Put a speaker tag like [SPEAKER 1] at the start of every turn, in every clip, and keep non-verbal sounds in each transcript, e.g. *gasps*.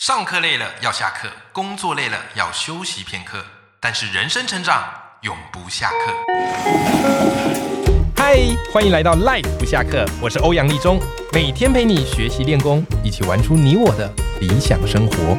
[SPEAKER 1] 上课累了要下课，工作累了要休息片刻，但是人生成长永不下课。嗨，欢迎来到 Life 不下课，我是欧阳立中，每天陪你学习练功，一起玩出你我的理想生活。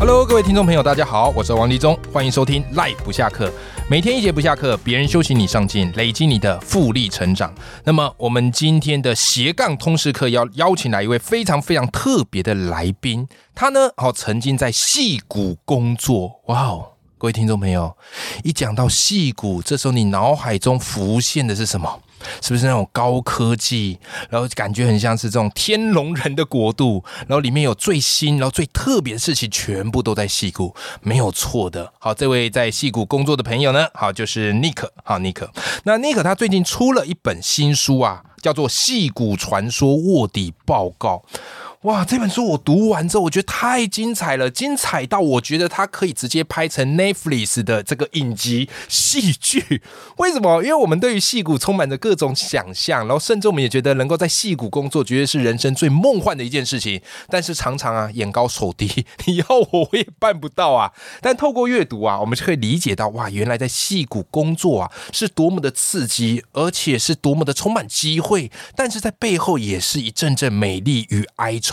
[SPEAKER 1] Hello，各位听众朋友，大家好，我是王立中，欢迎收听 Life 不下课，每天一节不下课，别人休息你上进，累积你的复利成长。那么我们今天的斜杠通识课要邀请来一位非常非常特别的来宾，他呢，哦，曾经在戏谷工作，哇哦！各位听众朋友，一讲到戏谷，这时候你脑海中浮现的是什么？是不是那种高科技，然后感觉很像是这种天龙人的国度，然后里面有最新，然后最特别的事情，全部都在戏谷，没有错的。好，这位在戏谷工作的朋友呢，好就是 Nick，好 Nick，那 Nick 他最近出了一本新书啊，叫做《戏骨传说卧底报告》。哇，这本书我读完之后，我觉得太精彩了，精彩到我觉得它可以直接拍成 Netflix 的这个影集戏剧。为什么？因为我们对于戏骨充满着各种想象，然后甚至我们也觉得能够在戏骨工作，绝对是人生最梦幻的一件事情。但是常常啊，眼高手低，你要我我也办不到啊。但透过阅读啊，我们就可以理解到，哇，原来在戏骨工作啊，是多么的刺激，而且是多么的充满机会，但是在背后也是一阵阵美丽与哀愁啊。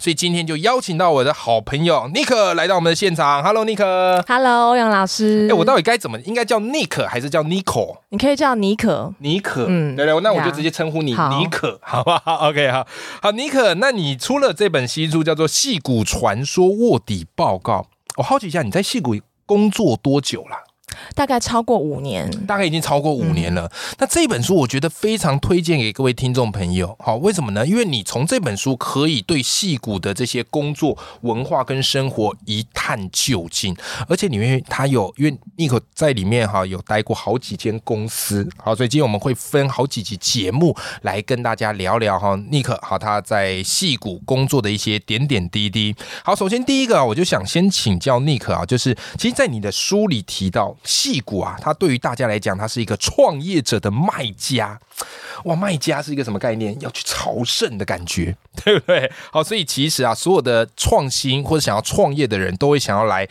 [SPEAKER 1] 所以今天就邀请到我的好朋友尼克来到我们的现场。Hello，Nick。
[SPEAKER 2] Hello，欧阳老师。
[SPEAKER 1] 哎、我到底该怎么？应该叫 Nick 还是叫 Nico？
[SPEAKER 2] 你可以叫妮可。
[SPEAKER 1] 尼可，
[SPEAKER 2] 嗯
[SPEAKER 1] 对对，那我就
[SPEAKER 2] 呀
[SPEAKER 1] 直接称呼你
[SPEAKER 2] 好
[SPEAKER 1] 尼可， *laughs* 好不好？OK，好，好，尼可，那你出了这本新书叫做《戏骨传说卧底报告》，我好奇一下，你在戏骨工作多久啦？
[SPEAKER 2] 大概超过五年。
[SPEAKER 1] 大概已经超过五年了。那这本书我觉得非常推荐给各位听众朋友，好，为什么呢？因为你从这本书可以对戏骨的这些工作文化跟生活一探究竟，而且里面它有，因为 Nico 在里面哈有待过好几间公司，好，所以今天我们会分好几集节目来跟大家聊聊哈，Nico 好他在戏骨工作的一些点点滴滴。好，首先第一个啊，我就想先请教 Nick 啊，就是其实，在你的书里提到戏骨啊，它对于大家来讲，它是一个创业者的卖家。哇，卖家是一个什么概念？要去朝圣的感觉， *laughs* 对不对？好，所以其实啊，所有的创新或者想要创业的人都会想要来。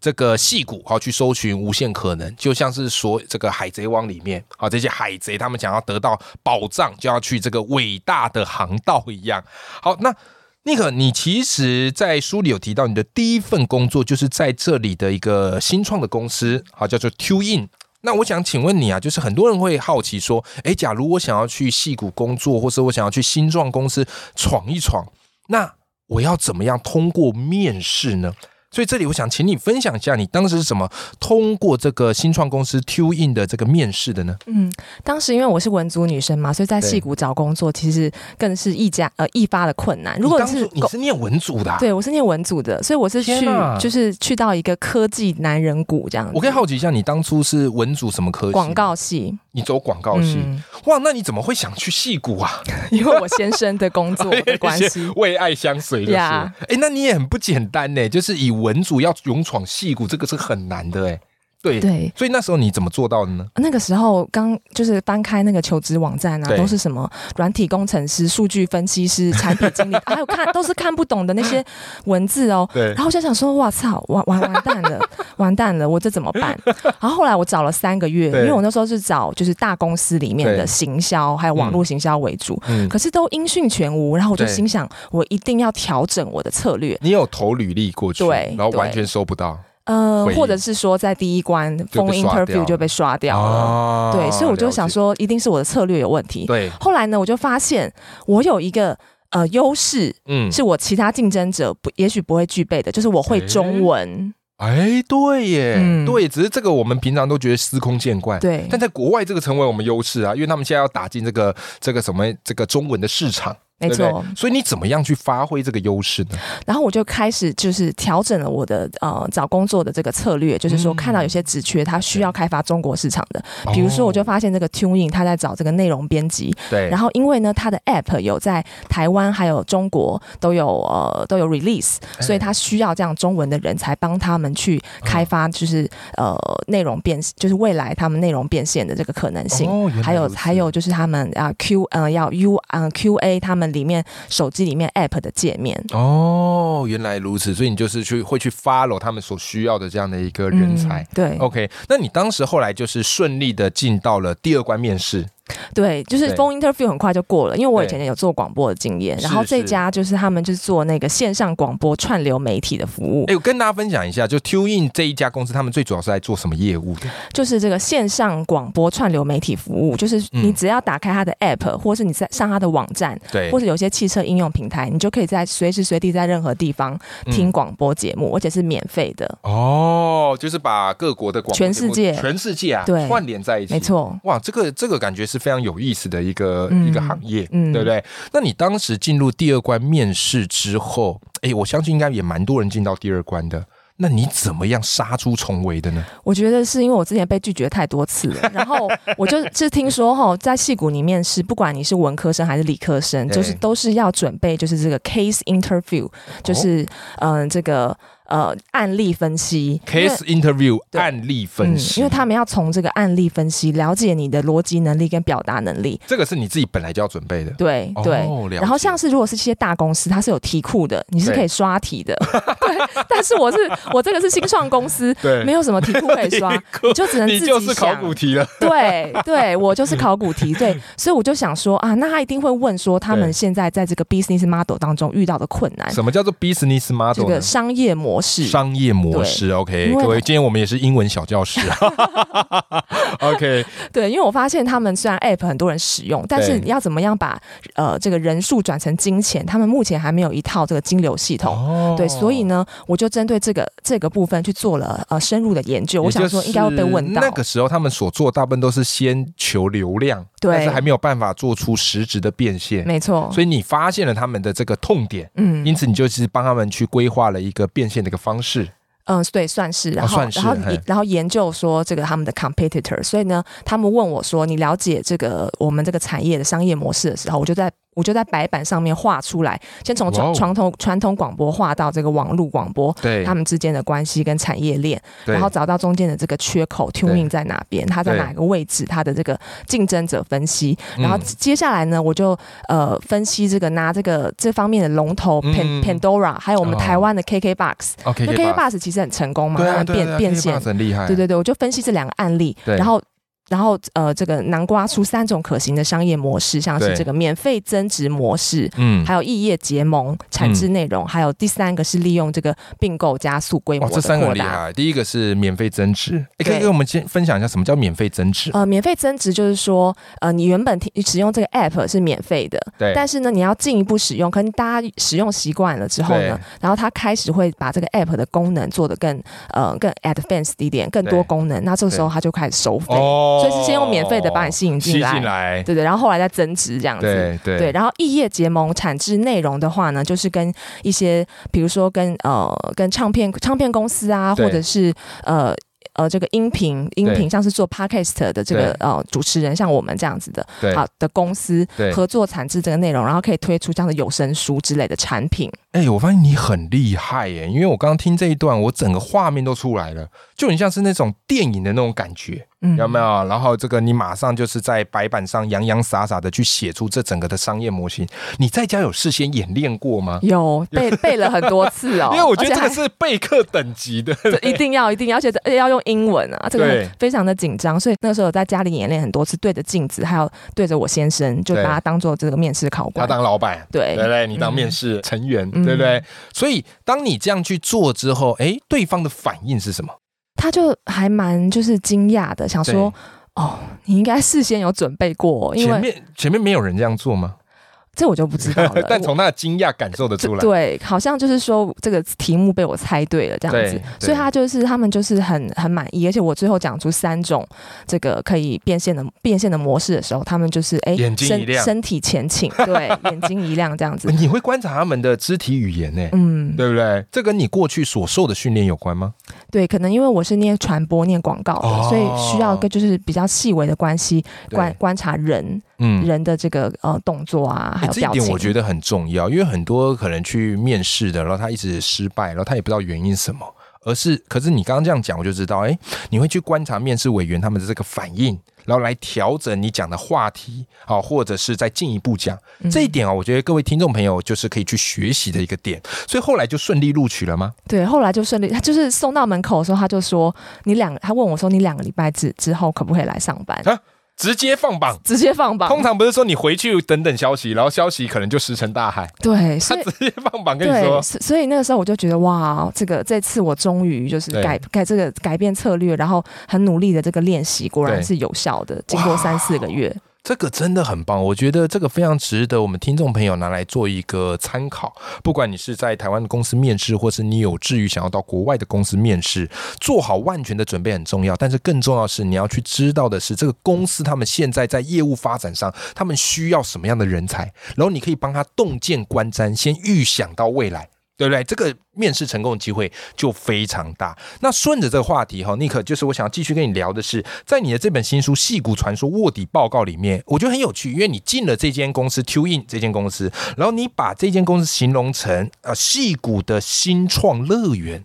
[SPEAKER 1] 这个戏骨好去搜寻无限可能，就像是说这个《海贼王》里面啊，这些海贼他们想要得到宝藏，就要去这个伟大的航道一样。好，那尼克，你其实，在书里有提到你的第一份工作就是在这里的一个新创的公司，好叫做 Q In。那我想请问你啊，就是很多人会好奇说，诶，假如我想要去戏谷工作，或是我想要去新创公司闯一闯，那我要怎么样通过面试呢？所以这里我想请你分享一下，你当时是怎么通过这个新创公司 Q In 的这个面试的呢？
[SPEAKER 2] 嗯，当时因为我是文族女生嘛，所以在戏谷找工作其实更是一家呃一发的困难。如果
[SPEAKER 1] 你
[SPEAKER 2] 你
[SPEAKER 1] 当
[SPEAKER 2] 是
[SPEAKER 1] 初你
[SPEAKER 2] 狗
[SPEAKER 1] 是念文组的、啊，
[SPEAKER 2] 对我是念文组的，所以我是去
[SPEAKER 1] 天哪
[SPEAKER 2] 就是去到一个科技男人谷这样子。
[SPEAKER 1] 我可以好奇一下，你当初是文组什么科系？
[SPEAKER 2] 广，告系，
[SPEAKER 1] 你走广告系。
[SPEAKER 2] 嗯，
[SPEAKER 1] 哇，那你怎么会想去戏谷
[SPEAKER 2] *laughs*
[SPEAKER 1] 啊？，
[SPEAKER 2] 因为我先生的工作的关系
[SPEAKER 1] *laughs* 为爱相随就是。哎
[SPEAKER 2] 呀、
[SPEAKER 1] 那你也很不简单呢，就是以文组要勇闯戏谷，这个是很难的哎。对，
[SPEAKER 2] 对。
[SPEAKER 1] 所以那时候你怎么做到的呢？
[SPEAKER 2] 那个时候刚就是翻开那个求职网站啊，
[SPEAKER 1] 对
[SPEAKER 2] 都是什么软体工程师、数据分析师、产品经理， *laughs* 还有看都是看不懂的那些文字哦。
[SPEAKER 1] 对
[SPEAKER 2] 然后我就想说，哇操，完完完蛋
[SPEAKER 1] *laughs*
[SPEAKER 2] 了，完蛋了，我这怎么办？然后后来我找了三个月，
[SPEAKER 1] 对
[SPEAKER 2] 因为我那时候是找就是大公司里面
[SPEAKER 1] 对
[SPEAKER 2] 的行销还有网络行销为主，
[SPEAKER 1] 嗯，
[SPEAKER 2] 可是都音讯全无。然后我就
[SPEAKER 1] 对
[SPEAKER 2] 心想，我一定要调整我的策略。
[SPEAKER 1] 你有投履历过去，
[SPEAKER 2] 对
[SPEAKER 1] 然后
[SPEAKER 2] 对
[SPEAKER 1] 完全收不到
[SPEAKER 2] 呃
[SPEAKER 1] 回应，
[SPEAKER 2] 或者是说在第一关
[SPEAKER 1] 就
[SPEAKER 2] 封
[SPEAKER 1] 被刷掉
[SPEAKER 2] interview 就被刷掉了。
[SPEAKER 1] 哦
[SPEAKER 2] 对，所以我就想，说，一定是我的策略有问题。
[SPEAKER 1] 了解对，
[SPEAKER 2] 后来呢，我就发现我有一个呃优势，
[SPEAKER 1] 嗯，
[SPEAKER 2] 是我其他竞争者不也许不会具备的，就是我会中文。
[SPEAKER 1] 哎，对耶，
[SPEAKER 2] 嗯
[SPEAKER 1] 对，只是这个我们平常都觉得司空见惯，
[SPEAKER 2] 对
[SPEAKER 1] 哎但在国外这个成为我们优势啊，因为他们现在要打进这个这个什么这个中文的市场，
[SPEAKER 2] 没
[SPEAKER 1] 对不
[SPEAKER 2] 错
[SPEAKER 1] 对，所以你怎么样去发挥这个优势呢？
[SPEAKER 2] 然后我就开始就是调整了我的呃找工作的这个策略，就是说
[SPEAKER 1] 嗯
[SPEAKER 2] 看到有些职缺它需要开发中国市场的，比如说我就
[SPEAKER 1] 哦
[SPEAKER 2] 发现这个 Tuning 它在找这个内容编辑，
[SPEAKER 1] 对，
[SPEAKER 2] 然后因为呢，它的 App 有在台湾还有中国都有呃都有 release，
[SPEAKER 1] 哎
[SPEAKER 2] 所以它需要这样中文的人才帮他们去开发，
[SPEAKER 1] 嗯
[SPEAKER 2] 就是、呃内容变，就是未来他们内容变现的这个可能性。
[SPEAKER 1] 哦原来
[SPEAKER 2] 还有
[SPEAKER 1] 如此
[SPEAKER 2] 还有就是他们啊 Q 呃要 U 啊、QA 他们们里面手机里面 App 的界面。
[SPEAKER 1] 哦，原来如此，所以你就是去会去 follow 他们所需要的这样的一个人才哦
[SPEAKER 2] 嗯。对
[SPEAKER 1] OK，那你当时后来就是顺利的进到了第二关面试，
[SPEAKER 2] 对，就是
[SPEAKER 1] 对
[SPEAKER 2] phone interview 很快就过了，因为我以
[SPEAKER 1] 对
[SPEAKER 2] 前有做广播的经验，
[SPEAKER 1] 是
[SPEAKER 2] 然后这
[SPEAKER 1] 是
[SPEAKER 2] 家就是他们就是做那个线上广播串流媒体的服务
[SPEAKER 1] 哎、，我跟大家分享一下，就 TuneIn 这一家公司，他们最主要是在做什么业务的？
[SPEAKER 2] 就是这个线上广播串流媒体服务，就是你
[SPEAKER 1] 嗯
[SPEAKER 2] 只要打开它的 app，或是你在上它的网站，
[SPEAKER 1] 对，
[SPEAKER 2] 或者有些汽车应用平台，你就可以在随时随地在任何地方听
[SPEAKER 1] 嗯
[SPEAKER 2] 广播节目，而且是免费的。
[SPEAKER 1] 哦，就是把各国的广播
[SPEAKER 2] 全
[SPEAKER 1] 节目
[SPEAKER 2] 世界
[SPEAKER 1] 全世界啊，
[SPEAKER 2] 对
[SPEAKER 1] 串联在一起，
[SPEAKER 2] 没。错，
[SPEAKER 1] 哇，这个这个感觉是非常有意思的一个、
[SPEAKER 2] 嗯
[SPEAKER 1] 一个行业，
[SPEAKER 2] 嗯
[SPEAKER 1] 对不对？那你当时进入第二关面试之后，哎，我相信应该也蛮多人进到第二关的。那你怎么样杀出重围的呢？
[SPEAKER 2] 我觉得是因为我之前被拒绝太多次
[SPEAKER 1] *laughs*
[SPEAKER 2] 了，然后我就是听说哈，在戏骨里面是不管你是文科生还是理科生，
[SPEAKER 1] 对
[SPEAKER 2] 就是都是要准备就是这个 case interview，就是
[SPEAKER 1] 哦
[SPEAKER 2] 嗯、呃这个呃案例分析
[SPEAKER 1] case interview
[SPEAKER 2] 对
[SPEAKER 1] 案例分
[SPEAKER 2] 嗯，
[SPEAKER 1] 析，
[SPEAKER 2] 因为他们要从这个案例分析了解你的逻辑能力跟表达能力。
[SPEAKER 1] 这个是你自己本来就要准备的。
[SPEAKER 2] 对对，
[SPEAKER 1] 哦了解
[SPEAKER 2] 然后像是如果是一些大公司，它是有题库的，你是可以刷题的。 *laughs* 对，但是我是我这个是新创公司，
[SPEAKER 1] 对
[SPEAKER 2] 没有什么题库可以
[SPEAKER 1] *laughs*
[SPEAKER 2] 刷，你就只啊能自己想。
[SPEAKER 1] 题了。
[SPEAKER 2] 对对，我就是考古题，对，所以我就想说啊，那他一定会问说他
[SPEAKER 1] 对
[SPEAKER 2] 们现在在这个 business model 当中遇到的困难，
[SPEAKER 1] 什么叫做 business
[SPEAKER 2] 哎这
[SPEAKER 1] model？
[SPEAKER 2] 个
[SPEAKER 1] 呢？
[SPEAKER 2] 商业模式。
[SPEAKER 1] 商业模式，OK，
[SPEAKER 2] 因为
[SPEAKER 1] 各位，今天我们也是英文小教
[SPEAKER 2] *laughs*
[SPEAKER 1] 室 *laughs* ，OK，
[SPEAKER 2] 对，因为我发现他们虽然 app 很多人使用，但是
[SPEAKER 1] 对
[SPEAKER 2] 要怎么样把呃这个人数转成金钱，他们目前还没有一套这个金流系统。
[SPEAKER 1] 哦
[SPEAKER 2] 对，所以呢，我就针对这个这个部分去做了呃深入的研究。我
[SPEAKER 1] 也就
[SPEAKER 2] 想说，应该会被问到。
[SPEAKER 1] 是那个时候他们所做大部分都是先求流量，
[SPEAKER 2] 对
[SPEAKER 1] 但是还没有办法做出实质的变现，
[SPEAKER 2] 没错，
[SPEAKER 1] 所以你发现了他们的这个痛点。
[SPEAKER 2] 嗯
[SPEAKER 1] 因此，你就是帮他们去规划了一个变现的一个方式。
[SPEAKER 2] 嗯，对，算是。然后，
[SPEAKER 1] 哦算是
[SPEAKER 2] 然后
[SPEAKER 1] 嘿
[SPEAKER 2] 然后研究说这个他们的 competitor，所以呢，他们问我说，你了解这个我们这个产业的商业模式的时候，我就在我就在白板上面画出来，先从
[SPEAKER 1] 哇哦
[SPEAKER 2] 传传统传统广播画到这个网络广播。
[SPEAKER 1] 对
[SPEAKER 2] 他们之间的关系跟产业链，
[SPEAKER 1] 对
[SPEAKER 2] 然后找到中间的这个缺口，tuning 在哪边，它在
[SPEAKER 1] 对
[SPEAKER 2] 哪个位置，它的这个竞争者分析，
[SPEAKER 1] 嗯
[SPEAKER 2] 然后接下来呢，我就呃分析这个拿这个这方面的龙头
[SPEAKER 1] 嗯
[SPEAKER 2] Pan, Pandora，还有我们
[SPEAKER 1] 哦
[SPEAKER 2] 台湾的 KKBox，、
[SPEAKER 1] OK，
[SPEAKER 2] 那 KKBox 其实很成功嘛，
[SPEAKER 1] 对
[SPEAKER 2] 让
[SPEAKER 1] 啊，
[SPEAKER 2] 它
[SPEAKER 1] 对啊对
[SPEAKER 2] 变
[SPEAKER 1] 啊
[SPEAKER 2] 变现
[SPEAKER 1] KKBox，很厉害，
[SPEAKER 2] 对对对，我就分析这两个案例，
[SPEAKER 1] 对
[SPEAKER 2] 然后。然后，呃，这个南瓜出三种可行的商业模式，像
[SPEAKER 1] 对
[SPEAKER 2] 是这个免费增值模式，
[SPEAKER 1] 嗯，
[SPEAKER 2] 还有异业结盟、产制内容，还有第三个是利用这个并购加速规模
[SPEAKER 1] 哇，
[SPEAKER 2] 的
[SPEAKER 1] 这三个
[SPEAKER 2] 扩
[SPEAKER 1] 很厉
[SPEAKER 2] 大。
[SPEAKER 1] 害。第一个是免费增值，诶可以
[SPEAKER 2] 对
[SPEAKER 1] 跟我们先分享一下什么叫免费增值？
[SPEAKER 2] 呃，免费增值就是说，呃，你原本提你使用这个 app 是免费的，
[SPEAKER 1] 对
[SPEAKER 2] 但是呢，你要进一步使用，可能大家使用习惯了之后
[SPEAKER 1] 对
[SPEAKER 2] 呢，然后它开始会把这个 app 的功能做得更呃更 advanced 一点，更
[SPEAKER 1] 对
[SPEAKER 2] 多功能。那这个时候它就开始收费，
[SPEAKER 1] 哦
[SPEAKER 2] 所以是先用免费的把你吸引进来，
[SPEAKER 1] 吸进来，
[SPEAKER 2] 对对，然后后来再增值这样子。
[SPEAKER 1] 对对
[SPEAKER 2] 对，然后异业结盟产制内容的话呢，就是跟一些，比如说跟呃跟唱片唱片公司啊，
[SPEAKER 1] 对
[SPEAKER 2] 或者是呃。呃，这个音频音
[SPEAKER 1] 对
[SPEAKER 2] 频像是做 podcast 的这个呃主持人，像我们这样子的，
[SPEAKER 1] 对
[SPEAKER 2] 好的公司
[SPEAKER 1] 对
[SPEAKER 2] 合作产制这个内容，然后可以推出这样的有声书之类的产品。
[SPEAKER 1] 哎、我发现你很厉害耶，因为我刚刚听这一段，我整个画面都出来了，就很像是那种电影的那种感觉，
[SPEAKER 2] 嗯
[SPEAKER 1] 有没有？然后这个你马上就是在白板上洋洋洒洒的去写出这整个的商业模型。你在家有事先演练过吗？ *laughs*，
[SPEAKER 2] 有背背了很多次哦
[SPEAKER 1] 因为我觉得
[SPEAKER 2] 而
[SPEAKER 1] 这
[SPEAKER 2] 且
[SPEAKER 1] 个
[SPEAKER 2] 还
[SPEAKER 1] 是备课等级的，
[SPEAKER 2] 这一定要一定要，而且而且要用英文啊，这
[SPEAKER 1] 对
[SPEAKER 2] 个非常的紧张，所以那时候有在家里演练很多次，对着镜子，还有对着我先生，就
[SPEAKER 1] 对
[SPEAKER 2] 把他当做这个面试考
[SPEAKER 1] 他
[SPEAKER 2] 官。
[SPEAKER 1] 当老板，
[SPEAKER 2] 对
[SPEAKER 1] 对不对？你当面试成员，
[SPEAKER 2] 嗯
[SPEAKER 1] 对不对？所以当你这样去做之后，哎，对方的反应是什么？
[SPEAKER 2] 他就还蛮就是惊讶的，想说哦，你应该事先有准备过哦，
[SPEAKER 1] 对
[SPEAKER 2] 因
[SPEAKER 1] 前
[SPEAKER 2] 为
[SPEAKER 1] 面前面没有人这样做吗？
[SPEAKER 2] 这我就不知道了。
[SPEAKER 1] *laughs* 但从他的惊讶感受得出
[SPEAKER 2] 我
[SPEAKER 1] 来，
[SPEAKER 2] 对，好像就是说这个题目被我猜对了这样
[SPEAKER 1] 对
[SPEAKER 2] 子
[SPEAKER 1] 对，
[SPEAKER 2] 所以他就是他们就是很很满意，而且我最后讲出三种这个可以变现的变现的模式的时候，他们就是哎
[SPEAKER 1] 眼睛一
[SPEAKER 2] 身
[SPEAKER 1] 亮
[SPEAKER 2] 身体前
[SPEAKER 1] *laughs*
[SPEAKER 2] 倾，对，眼睛一亮这样子，
[SPEAKER 1] 你会观察他们的肢体语言呢、欸
[SPEAKER 2] 嗯，
[SPEAKER 1] 对不对？这跟你过去所受的训练有关吗？
[SPEAKER 2] 对，可能因为我是念传播、念广告的，
[SPEAKER 1] 哦
[SPEAKER 2] 所以需要个就是比较细微的关系观
[SPEAKER 1] 对，
[SPEAKER 2] 观察人、
[SPEAKER 1] 嗯。
[SPEAKER 2] 人的这个呃动作啊，
[SPEAKER 1] 诶
[SPEAKER 2] 还有
[SPEAKER 1] 这一
[SPEAKER 2] 表
[SPEAKER 1] 点
[SPEAKER 2] 情。
[SPEAKER 1] 我觉得很重要，因为很多可能去面试的，然后他一直失败，然后他也不知道原因是什欸么，而是可是你刚刚这样讲，我就知道，哎，你会去观察面试委员他们的这个反应，然后来调整你讲的话题，好、或者是再进一步讲、
[SPEAKER 2] 嗯
[SPEAKER 1] 这一点啊、我觉得各位听众朋友就是可以去学习的一个点。所以后来就顺利录取了吗？
[SPEAKER 2] 对，后来就顺利，他就是送到门口的时候，他就说你两，他问我说你两个礼拜之之后可不可以来上班，
[SPEAKER 1] 直接放榜。
[SPEAKER 2] 直接放榜
[SPEAKER 1] 通。常不是说你回去等等消息，然后消息可能就石沉大海，
[SPEAKER 2] 对，所
[SPEAKER 1] 他
[SPEAKER 2] 以
[SPEAKER 1] 直接放榜跟你
[SPEAKER 2] 对，
[SPEAKER 1] 说，
[SPEAKER 2] 所所以那个时候我就觉得哇，这个这次我终于就是
[SPEAKER 1] 对
[SPEAKER 2] 改改这个改变策略，然后很努力的这个练习，果然
[SPEAKER 1] 对
[SPEAKER 2] 是有效的。经过三四个月，
[SPEAKER 1] 这个真的很棒，我觉得这个非常值得我们听众朋友拿来做一个参考。不管你是在台湾的公司面试，或是你有志于想要到国外的公司面试，做好万全的准备很重要。但是更重要的是，你要去知道的是，这个公司他们现在在业务发展上，他们需要什么样的人才，然后你可以帮他洞见观瞻，先预想到未来。对不对？这个面试成功的机会就非常大。那顺着这个话题哈，尼克，就是我想要继续跟你聊的是，在你的这本新书《戏骨传说卧底报告》里面，我觉得很有趣，因为你进了这间公司 t u i n 这间公司，然后你把这间公司形容成呃戏骨的新创乐园，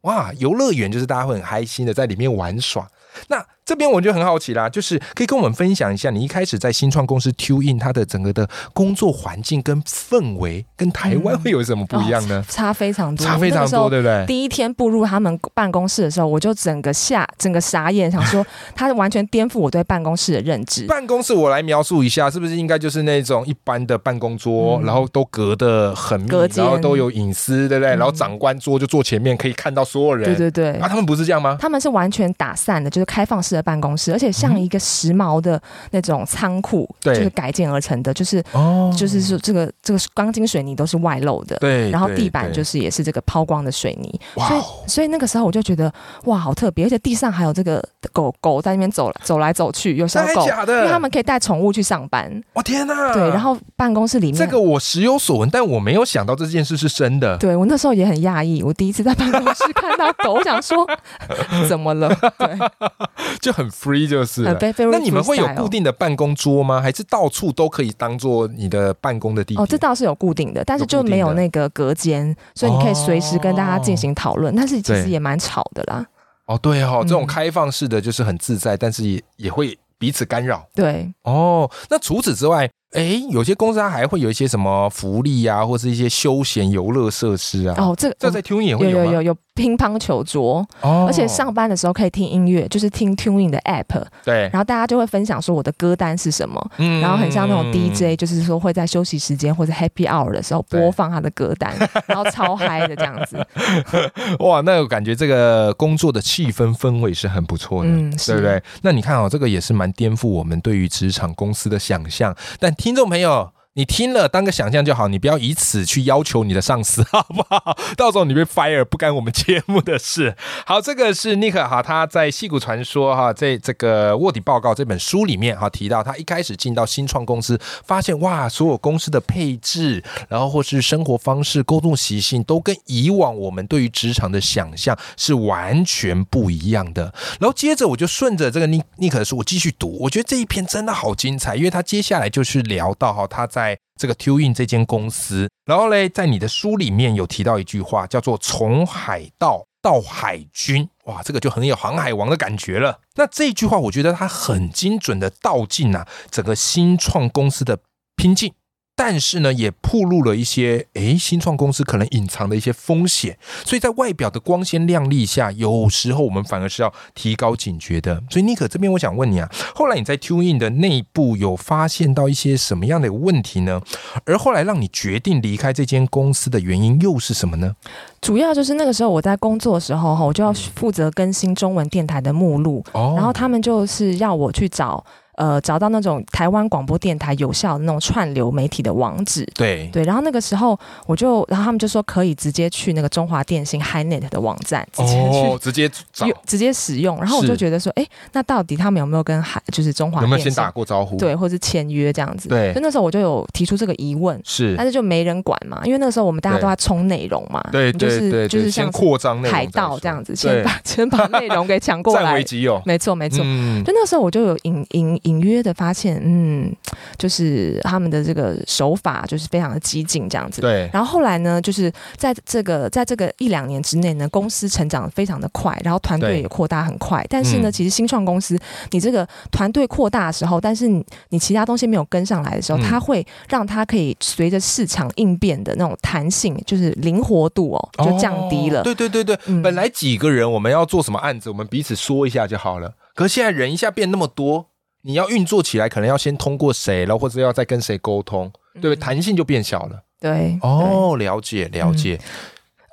[SPEAKER 1] 哇，游乐园就是大家会很开心的在里面玩耍。那这边我就很好奇啦，就是可以跟我们分享一下，你一开始在新创公司 t u i n 它的整个的工作环境跟氛围，跟台湾会有什么不一样呢？
[SPEAKER 2] 差非常多，
[SPEAKER 1] 差非
[SPEAKER 2] 嗯那
[SPEAKER 1] 常
[SPEAKER 2] 个时候
[SPEAKER 1] 多，对不对？
[SPEAKER 2] 第一天步入他们办公室的时候，我就整个吓，整个傻眼，想说他完全颠覆我对办公室的认知。
[SPEAKER 1] 办公室我来描述一下，是不是应该就是那种一般的办公桌，
[SPEAKER 2] 嗯
[SPEAKER 1] 然后都隔得很密，
[SPEAKER 2] 隔间嗯
[SPEAKER 1] 然后都有隐私，对不对？然后长官桌就坐前面，可以看到所有人。
[SPEAKER 2] 对对对
[SPEAKER 1] 啊，，他们不是这样吗？
[SPEAKER 2] 他们是完全打散的，就是开放式的办公室，而且像一个时髦的那种仓库，
[SPEAKER 1] 嗯对
[SPEAKER 2] 就是改建而成的，就是
[SPEAKER 1] 哦
[SPEAKER 2] 就是说这个这个钢筋水泥都是外露的。
[SPEAKER 1] 对，
[SPEAKER 2] 然后地板就是是也是这个抛光的水泥，
[SPEAKER 1] 哇
[SPEAKER 2] 所
[SPEAKER 1] 哦，
[SPEAKER 2] 以所以那个时候我就觉得哇，好特别，而且地上还有这个狗狗在那边走来走来走去，有小
[SPEAKER 1] 真的
[SPEAKER 2] 狗，
[SPEAKER 1] 假
[SPEAKER 2] 因为
[SPEAKER 1] 的？
[SPEAKER 2] 他们可以带宠物去上班，
[SPEAKER 1] 我天哪！
[SPEAKER 2] 对，然后办公室里面
[SPEAKER 1] 这个我时有所闻，但我没有想到这件事是真的。
[SPEAKER 2] 对我那时候也很讶异，我第一次在办公室看到狗，我
[SPEAKER 1] *laughs*
[SPEAKER 2] 想说怎么了？对，
[SPEAKER 1] 就很 free 就是了
[SPEAKER 2] 很被
[SPEAKER 1] 啊那你们会有
[SPEAKER 2] 呃 freestyle
[SPEAKER 1] 固定的办公桌吗？还是到处都可以当做你的办公的地点？
[SPEAKER 2] 哦，这倒是有固定的，但是
[SPEAKER 1] 有固定
[SPEAKER 2] 就
[SPEAKER 1] 的
[SPEAKER 2] 没有那个隔间，所以你可以随时跟大家进行讨论。但是其实
[SPEAKER 1] 对
[SPEAKER 2] 也蛮吵的啦，
[SPEAKER 1] 哦，对哦，这种
[SPEAKER 2] 嗯
[SPEAKER 1] 开放式的就是很自在，但是也也会彼此干扰。
[SPEAKER 2] 对，
[SPEAKER 1] 哦，那除此之外，诶，有些公司它还会有一些什么福利啊，或是一些休闲游乐设施啊。
[SPEAKER 2] 哦，这个
[SPEAKER 1] 这在 Tune 也
[SPEAKER 2] 有
[SPEAKER 1] 会
[SPEAKER 2] 有
[SPEAKER 1] 吗？
[SPEAKER 2] 有有乒乓球桌，
[SPEAKER 1] 哦，
[SPEAKER 2] 而且上班的时候可以听音乐，就是听 Tuning 的 app，
[SPEAKER 1] 对，
[SPEAKER 2] 然后大家就会分享说我的歌单是什么，
[SPEAKER 1] 嗯
[SPEAKER 2] 然后很像那种 DJ，就是说会在休息时间或者 Happy Hour 的时候
[SPEAKER 1] 对
[SPEAKER 2] 播放他的歌单，然后超嗨的这样子。
[SPEAKER 1] 哇，那我感觉这个工作的气氛氛围是很不错的。
[SPEAKER 2] 嗯，
[SPEAKER 1] 对
[SPEAKER 2] 是
[SPEAKER 1] 不对？那你看哦，这个也是蛮颠覆我们对于职场公司的想象。但听众朋友，你听了当个想象就好，你不要以此去要求你的上司，好不好？ *laughs* 到时候你被 fire 不干我们节目的事。好，这个是尼克哈，他在《戏骨传说》哈，在这个《卧底报告》这本书里面哈提到，他一开始进到新创公司，发现哇，所有公司的配置，然后或是生活方式、沟通习性，都跟以往我们对于职场的想象是完全不一样的。然后接着我就顺着这个尼尼克的书，我继续读，我觉得这一篇真的好精彩，因为他接下来就是聊到哈，他在这个 Tuin 这间公司，然后嘞，在你的书里面有提到一句话，叫做“从海盗到海军”，哇，这个就很有航海王的感觉了。那这一句话，我觉得它很精准的道尽啊，整个新创公司的拼劲。但是呢，也暴露了一些诶新创公司可能隐藏的一些风险。所以在外表的光鲜亮丽下，有时候我们反而是要提高警觉的。所以尼克这边我想问你啊，后来你在 TuneIn 的内部有发现到一些什么样的问题呢？而后来让你决定离开这间公司的原因又是什么呢？
[SPEAKER 2] 主要就是那个时候我在工作的时候哈，我就要负责更新中文电台的目录，
[SPEAKER 1] 哦
[SPEAKER 2] 然后他们就是要我去找呃找到那种台湾广播电台有效的那种串流媒体的网址。
[SPEAKER 1] 对
[SPEAKER 2] 对，然后那个时候我就，然后他们就说可以直接去那个中华电信 HiNet 的网站直接去、
[SPEAKER 1] 哦，直接找
[SPEAKER 2] 用直接使用，然后我
[SPEAKER 1] 是
[SPEAKER 2] 就觉得说，哎，那到底他们有没有跟海就是中华
[SPEAKER 1] 有没有
[SPEAKER 2] 电
[SPEAKER 1] 先
[SPEAKER 2] 信
[SPEAKER 1] 打过招呼？，
[SPEAKER 2] 对，或是签约这样子？
[SPEAKER 1] 对
[SPEAKER 2] 所以那时候我就有提出这个疑问，
[SPEAKER 1] 是
[SPEAKER 2] 但，是就没人管嘛，因为那个时候我们大家都在冲内容嘛，
[SPEAKER 1] 对
[SPEAKER 2] 你就
[SPEAKER 1] 对
[SPEAKER 2] 是
[SPEAKER 1] 对，
[SPEAKER 2] 就是
[SPEAKER 1] 对
[SPEAKER 2] 像
[SPEAKER 1] 先
[SPEAKER 2] 是
[SPEAKER 1] 扩张内容
[SPEAKER 2] 海
[SPEAKER 1] 再
[SPEAKER 2] 盗
[SPEAKER 1] 说
[SPEAKER 2] 这样子，
[SPEAKER 1] 对
[SPEAKER 2] 先把先把内容给抢过
[SPEAKER 1] *laughs* 占
[SPEAKER 2] 来
[SPEAKER 1] 为，己有，
[SPEAKER 2] 没错没错。
[SPEAKER 1] 嗯
[SPEAKER 2] 就那时候我就有隐隐隐约的发现，嗯，就是他们的这个手法就是非常的激进这样子。
[SPEAKER 1] 对，
[SPEAKER 2] 然后后来呢，就是在这个在这个一两年之内呢，公司成长得非常的快，然后团
[SPEAKER 1] 对
[SPEAKER 2] 队也扩大很快。但是呢，
[SPEAKER 1] 嗯
[SPEAKER 2] 其实新创公司，你这个团队扩大的时候，但是你你其他东西没有跟上来的时候，
[SPEAKER 1] 嗯
[SPEAKER 2] 它会让它可以随着市场应变的那种弹性，就是灵活度哦，就降低了。
[SPEAKER 1] 哦对对对对，
[SPEAKER 2] 嗯
[SPEAKER 1] 本来几个人我们要做什么案子，我们彼此说一下就好了。可是现在人一下变那么多，你要运作起来，可能要先通过谁了，或者要再跟谁沟通，对不对？弹性就变小了。
[SPEAKER 2] 嗯对，
[SPEAKER 1] 哦，了解了解，
[SPEAKER 2] 对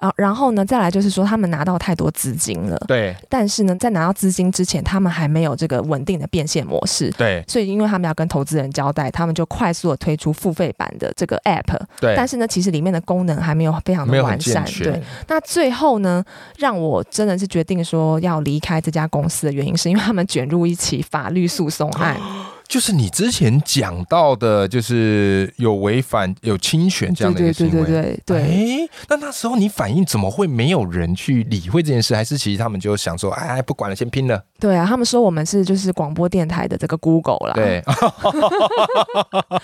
[SPEAKER 2] 啊，然后呢，再来就是说，他们拿到太多资金了，
[SPEAKER 1] 对
[SPEAKER 2] 但是呢，在拿到资金之前，他们还没有这个稳定的变现模式。
[SPEAKER 1] 对
[SPEAKER 2] 所以，因为他们要跟投资人交代，他们就快速的推出付费版的这个 app，
[SPEAKER 1] 对，
[SPEAKER 2] 但是呢，其实里面的功能还没有非常
[SPEAKER 1] 没
[SPEAKER 2] 的
[SPEAKER 1] 有很
[SPEAKER 2] 完
[SPEAKER 1] 健
[SPEAKER 2] 善。
[SPEAKER 1] 全
[SPEAKER 2] 对，，那最后呢，让我真的是决定说要离开这家公司的原因，是因为他们卷入一起法律诉讼案。
[SPEAKER 1] 哦就是你之前讲到的，就是有违反、有侵权这
[SPEAKER 2] 对
[SPEAKER 1] 样的一
[SPEAKER 2] 对
[SPEAKER 1] 个行
[SPEAKER 2] 对
[SPEAKER 1] 为。
[SPEAKER 2] 对对对。
[SPEAKER 1] 哎，那那时候你反应怎么会没有人去理会这件事？还是其实他们就想说，哎，不管了，先拼了。
[SPEAKER 2] 对啊，他们说我们是就是广播电台的这个 Google 啦，
[SPEAKER 1] 对，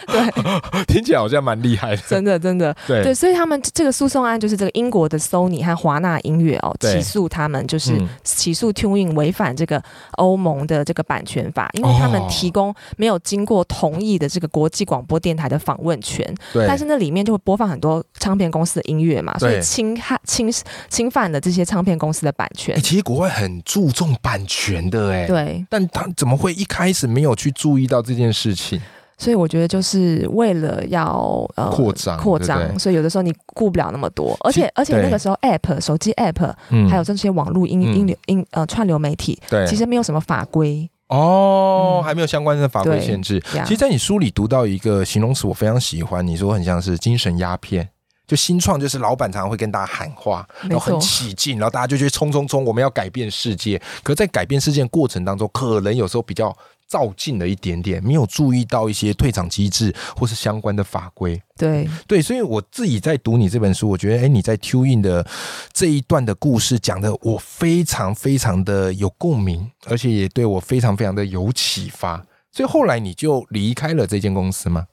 [SPEAKER 2] 对，
[SPEAKER 1] *laughs* 听起来好像蛮厉害的。
[SPEAKER 2] 真的真的，
[SPEAKER 1] 对
[SPEAKER 2] 对，所以他们这个诉讼案就是这个英国的 Sony 和华纳音乐哦
[SPEAKER 1] 对
[SPEAKER 2] 起诉他们，就是
[SPEAKER 1] 嗯
[SPEAKER 2] 起诉 Tuning 违反这个欧盟的这个版权法，因为他们
[SPEAKER 1] 哦
[SPEAKER 2] 提供没有经过同意的这个国际广播电台的访问权，
[SPEAKER 1] 对，
[SPEAKER 2] 但是那里面就会播放很多唱片公司的音乐嘛，所
[SPEAKER 1] 对
[SPEAKER 2] 以侵害侵侵犯了这些唱片公司的版权
[SPEAKER 1] 欸、。其实国外很注重版权的哎、。
[SPEAKER 2] 对，
[SPEAKER 1] 但他怎么会一开始没有去注意到这件事情？
[SPEAKER 2] 所以我觉得就是为了要呃
[SPEAKER 1] 扩张
[SPEAKER 2] 扩
[SPEAKER 1] 对不对
[SPEAKER 2] 张，所以有的时候你顾不了那么多，而
[SPEAKER 1] 其
[SPEAKER 2] 且而且
[SPEAKER 1] 对
[SPEAKER 2] 那个时候 App 手机 App
[SPEAKER 1] 嗯
[SPEAKER 2] 还有这些网络音
[SPEAKER 1] 嗯
[SPEAKER 2] 音流音呃串流媒体，
[SPEAKER 1] 对，
[SPEAKER 2] 其实没有什么法规
[SPEAKER 1] 哦，
[SPEAKER 2] 嗯
[SPEAKER 1] 还没有相关的法规
[SPEAKER 2] 对啊
[SPEAKER 1] 限制。
[SPEAKER 2] 呀
[SPEAKER 1] 其实，。在你书里读到一个形容词，我非常喜欢，你说很像是精神鸦片。就新创，就是老板常常会跟大家喊话，然
[SPEAKER 2] 没
[SPEAKER 1] 后
[SPEAKER 2] 错
[SPEAKER 1] 哦很起劲，然后大家就去冲冲冲，我们要改变世界。可在改变世界的过程当中，可能有时候比较照进了一点点，没有注意到一些退场机制或是相关的法规。
[SPEAKER 2] 对，
[SPEAKER 1] 对，所以我自己在读你这本书，我觉得，哎，你在 Q in 的这一段的故事讲的，我非常非常的有共鸣，而且也对我非常非常的有启发。所以后来你就离开了这间公司吗？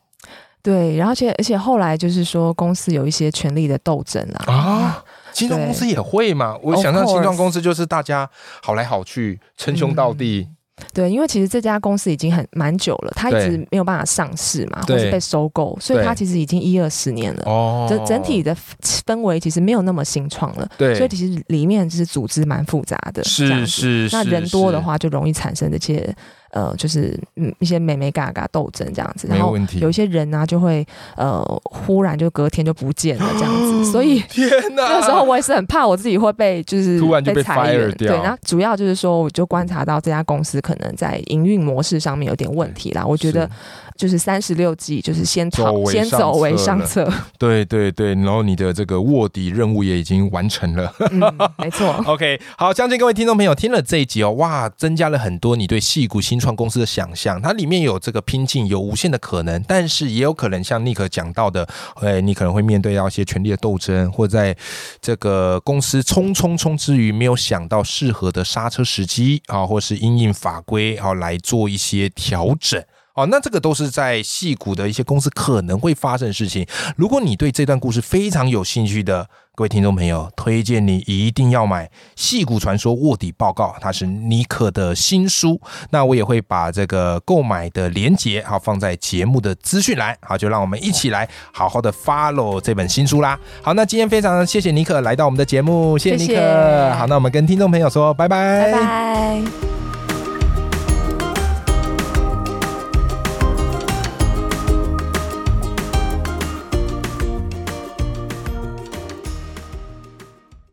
[SPEAKER 2] 对，然后而且而且后来就是说，公司有一些权力的斗争啦，
[SPEAKER 1] 啊，新创公司也会嘛？我
[SPEAKER 2] Of
[SPEAKER 1] 想象新创
[SPEAKER 2] course
[SPEAKER 1] 公司就是大家好来好去，称兄道弟，
[SPEAKER 2] 对，因为其实这家公司已经很蛮久了，它一
[SPEAKER 1] 对
[SPEAKER 2] 直没有办法上市嘛，
[SPEAKER 1] 对
[SPEAKER 2] 或是被收购，所以它
[SPEAKER 1] 对
[SPEAKER 2] 其实已经一二十年了。
[SPEAKER 1] 哦，
[SPEAKER 2] 嗯整整体的氛围其实没有那么新创了，所
[SPEAKER 1] 对
[SPEAKER 2] 以，其实里面就是组织蛮复杂的，这样
[SPEAKER 1] 是
[SPEAKER 2] 子。
[SPEAKER 1] 是，
[SPEAKER 2] 那
[SPEAKER 1] 是
[SPEAKER 2] 人多的
[SPEAKER 1] 是
[SPEAKER 2] 话，就容易产生这些呃，就是嗯一些美美嘎嘎斗争这样子，
[SPEAKER 1] 没
[SPEAKER 2] 然
[SPEAKER 1] 有
[SPEAKER 2] 后
[SPEAKER 1] 问题
[SPEAKER 2] 有一。些人呢、就会呃忽然就隔天就不见了这样子，
[SPEAKER 1] *gasps*
[SPEAKER 2] 所以
[SPEAKER 1] 天 *laughs* 哪！
[SPEAKER 2] *laughs* 那时候我也是很怕我自己会被就是
[SPEAKER 1] 突然就被
[SPEAKER 2] 被裁
[SPEAKER 1] fire
[SPEAKER 2] 员，对，
[SPEAKER 1] 掉
[SPEAKER 2] 然后主要就是说，我就观察到这家公司可能在营运模式上面有点问题啦。我觉得就是三十六计，就是先逃
[SPEAKER 1] 走为
[SPEAKER 2] 先
[SPEAKER 1] 上
[SPEAKER 2] 走
[SPEAKER 1] 策
[SPEAKER 2] 为
[SPEAKER 1] 了
[SPEAKER 2] 上策，
[SPEAKER 1] 对对对，然后你的这个卧底任务也已经完成了。。
[SPEAKER 2] 嗯，没错
[SPEAKER 1] OK，好，相信各位听众朋友听了这一集哦，哇，增加了很多你对戏骨新创公司的想象。它里面有这个拼劲，有无限的可能，但是也有可能像尼克讲到的，呃，你可能会面对到一些权力的斗争，或在这个公司冲冲冲之余，没有想到适合的刹车时机啊，或是因应法规啊来做一些调整。哦，那这个都是在戏骨的一些公司可能会发生的事情。如果你对这段故事非常有兴趣的各位听众朋友，推荐你一定要买《戏骨传说卧底报告》，它是尼克的新书。那我也会把这个购买的链接好放在节目的资讯栏，好，就让我们一起来好好的 follow 这本新书啦。好，那今天非常谢谢尼克来到我们的节目，谢谢尼克。
[SPEAKER 2] 谢谢
[SPEAKER 1] *laughs* 好，那我们跟听众朋友说拜
[SPEAKER 2] 拜拜。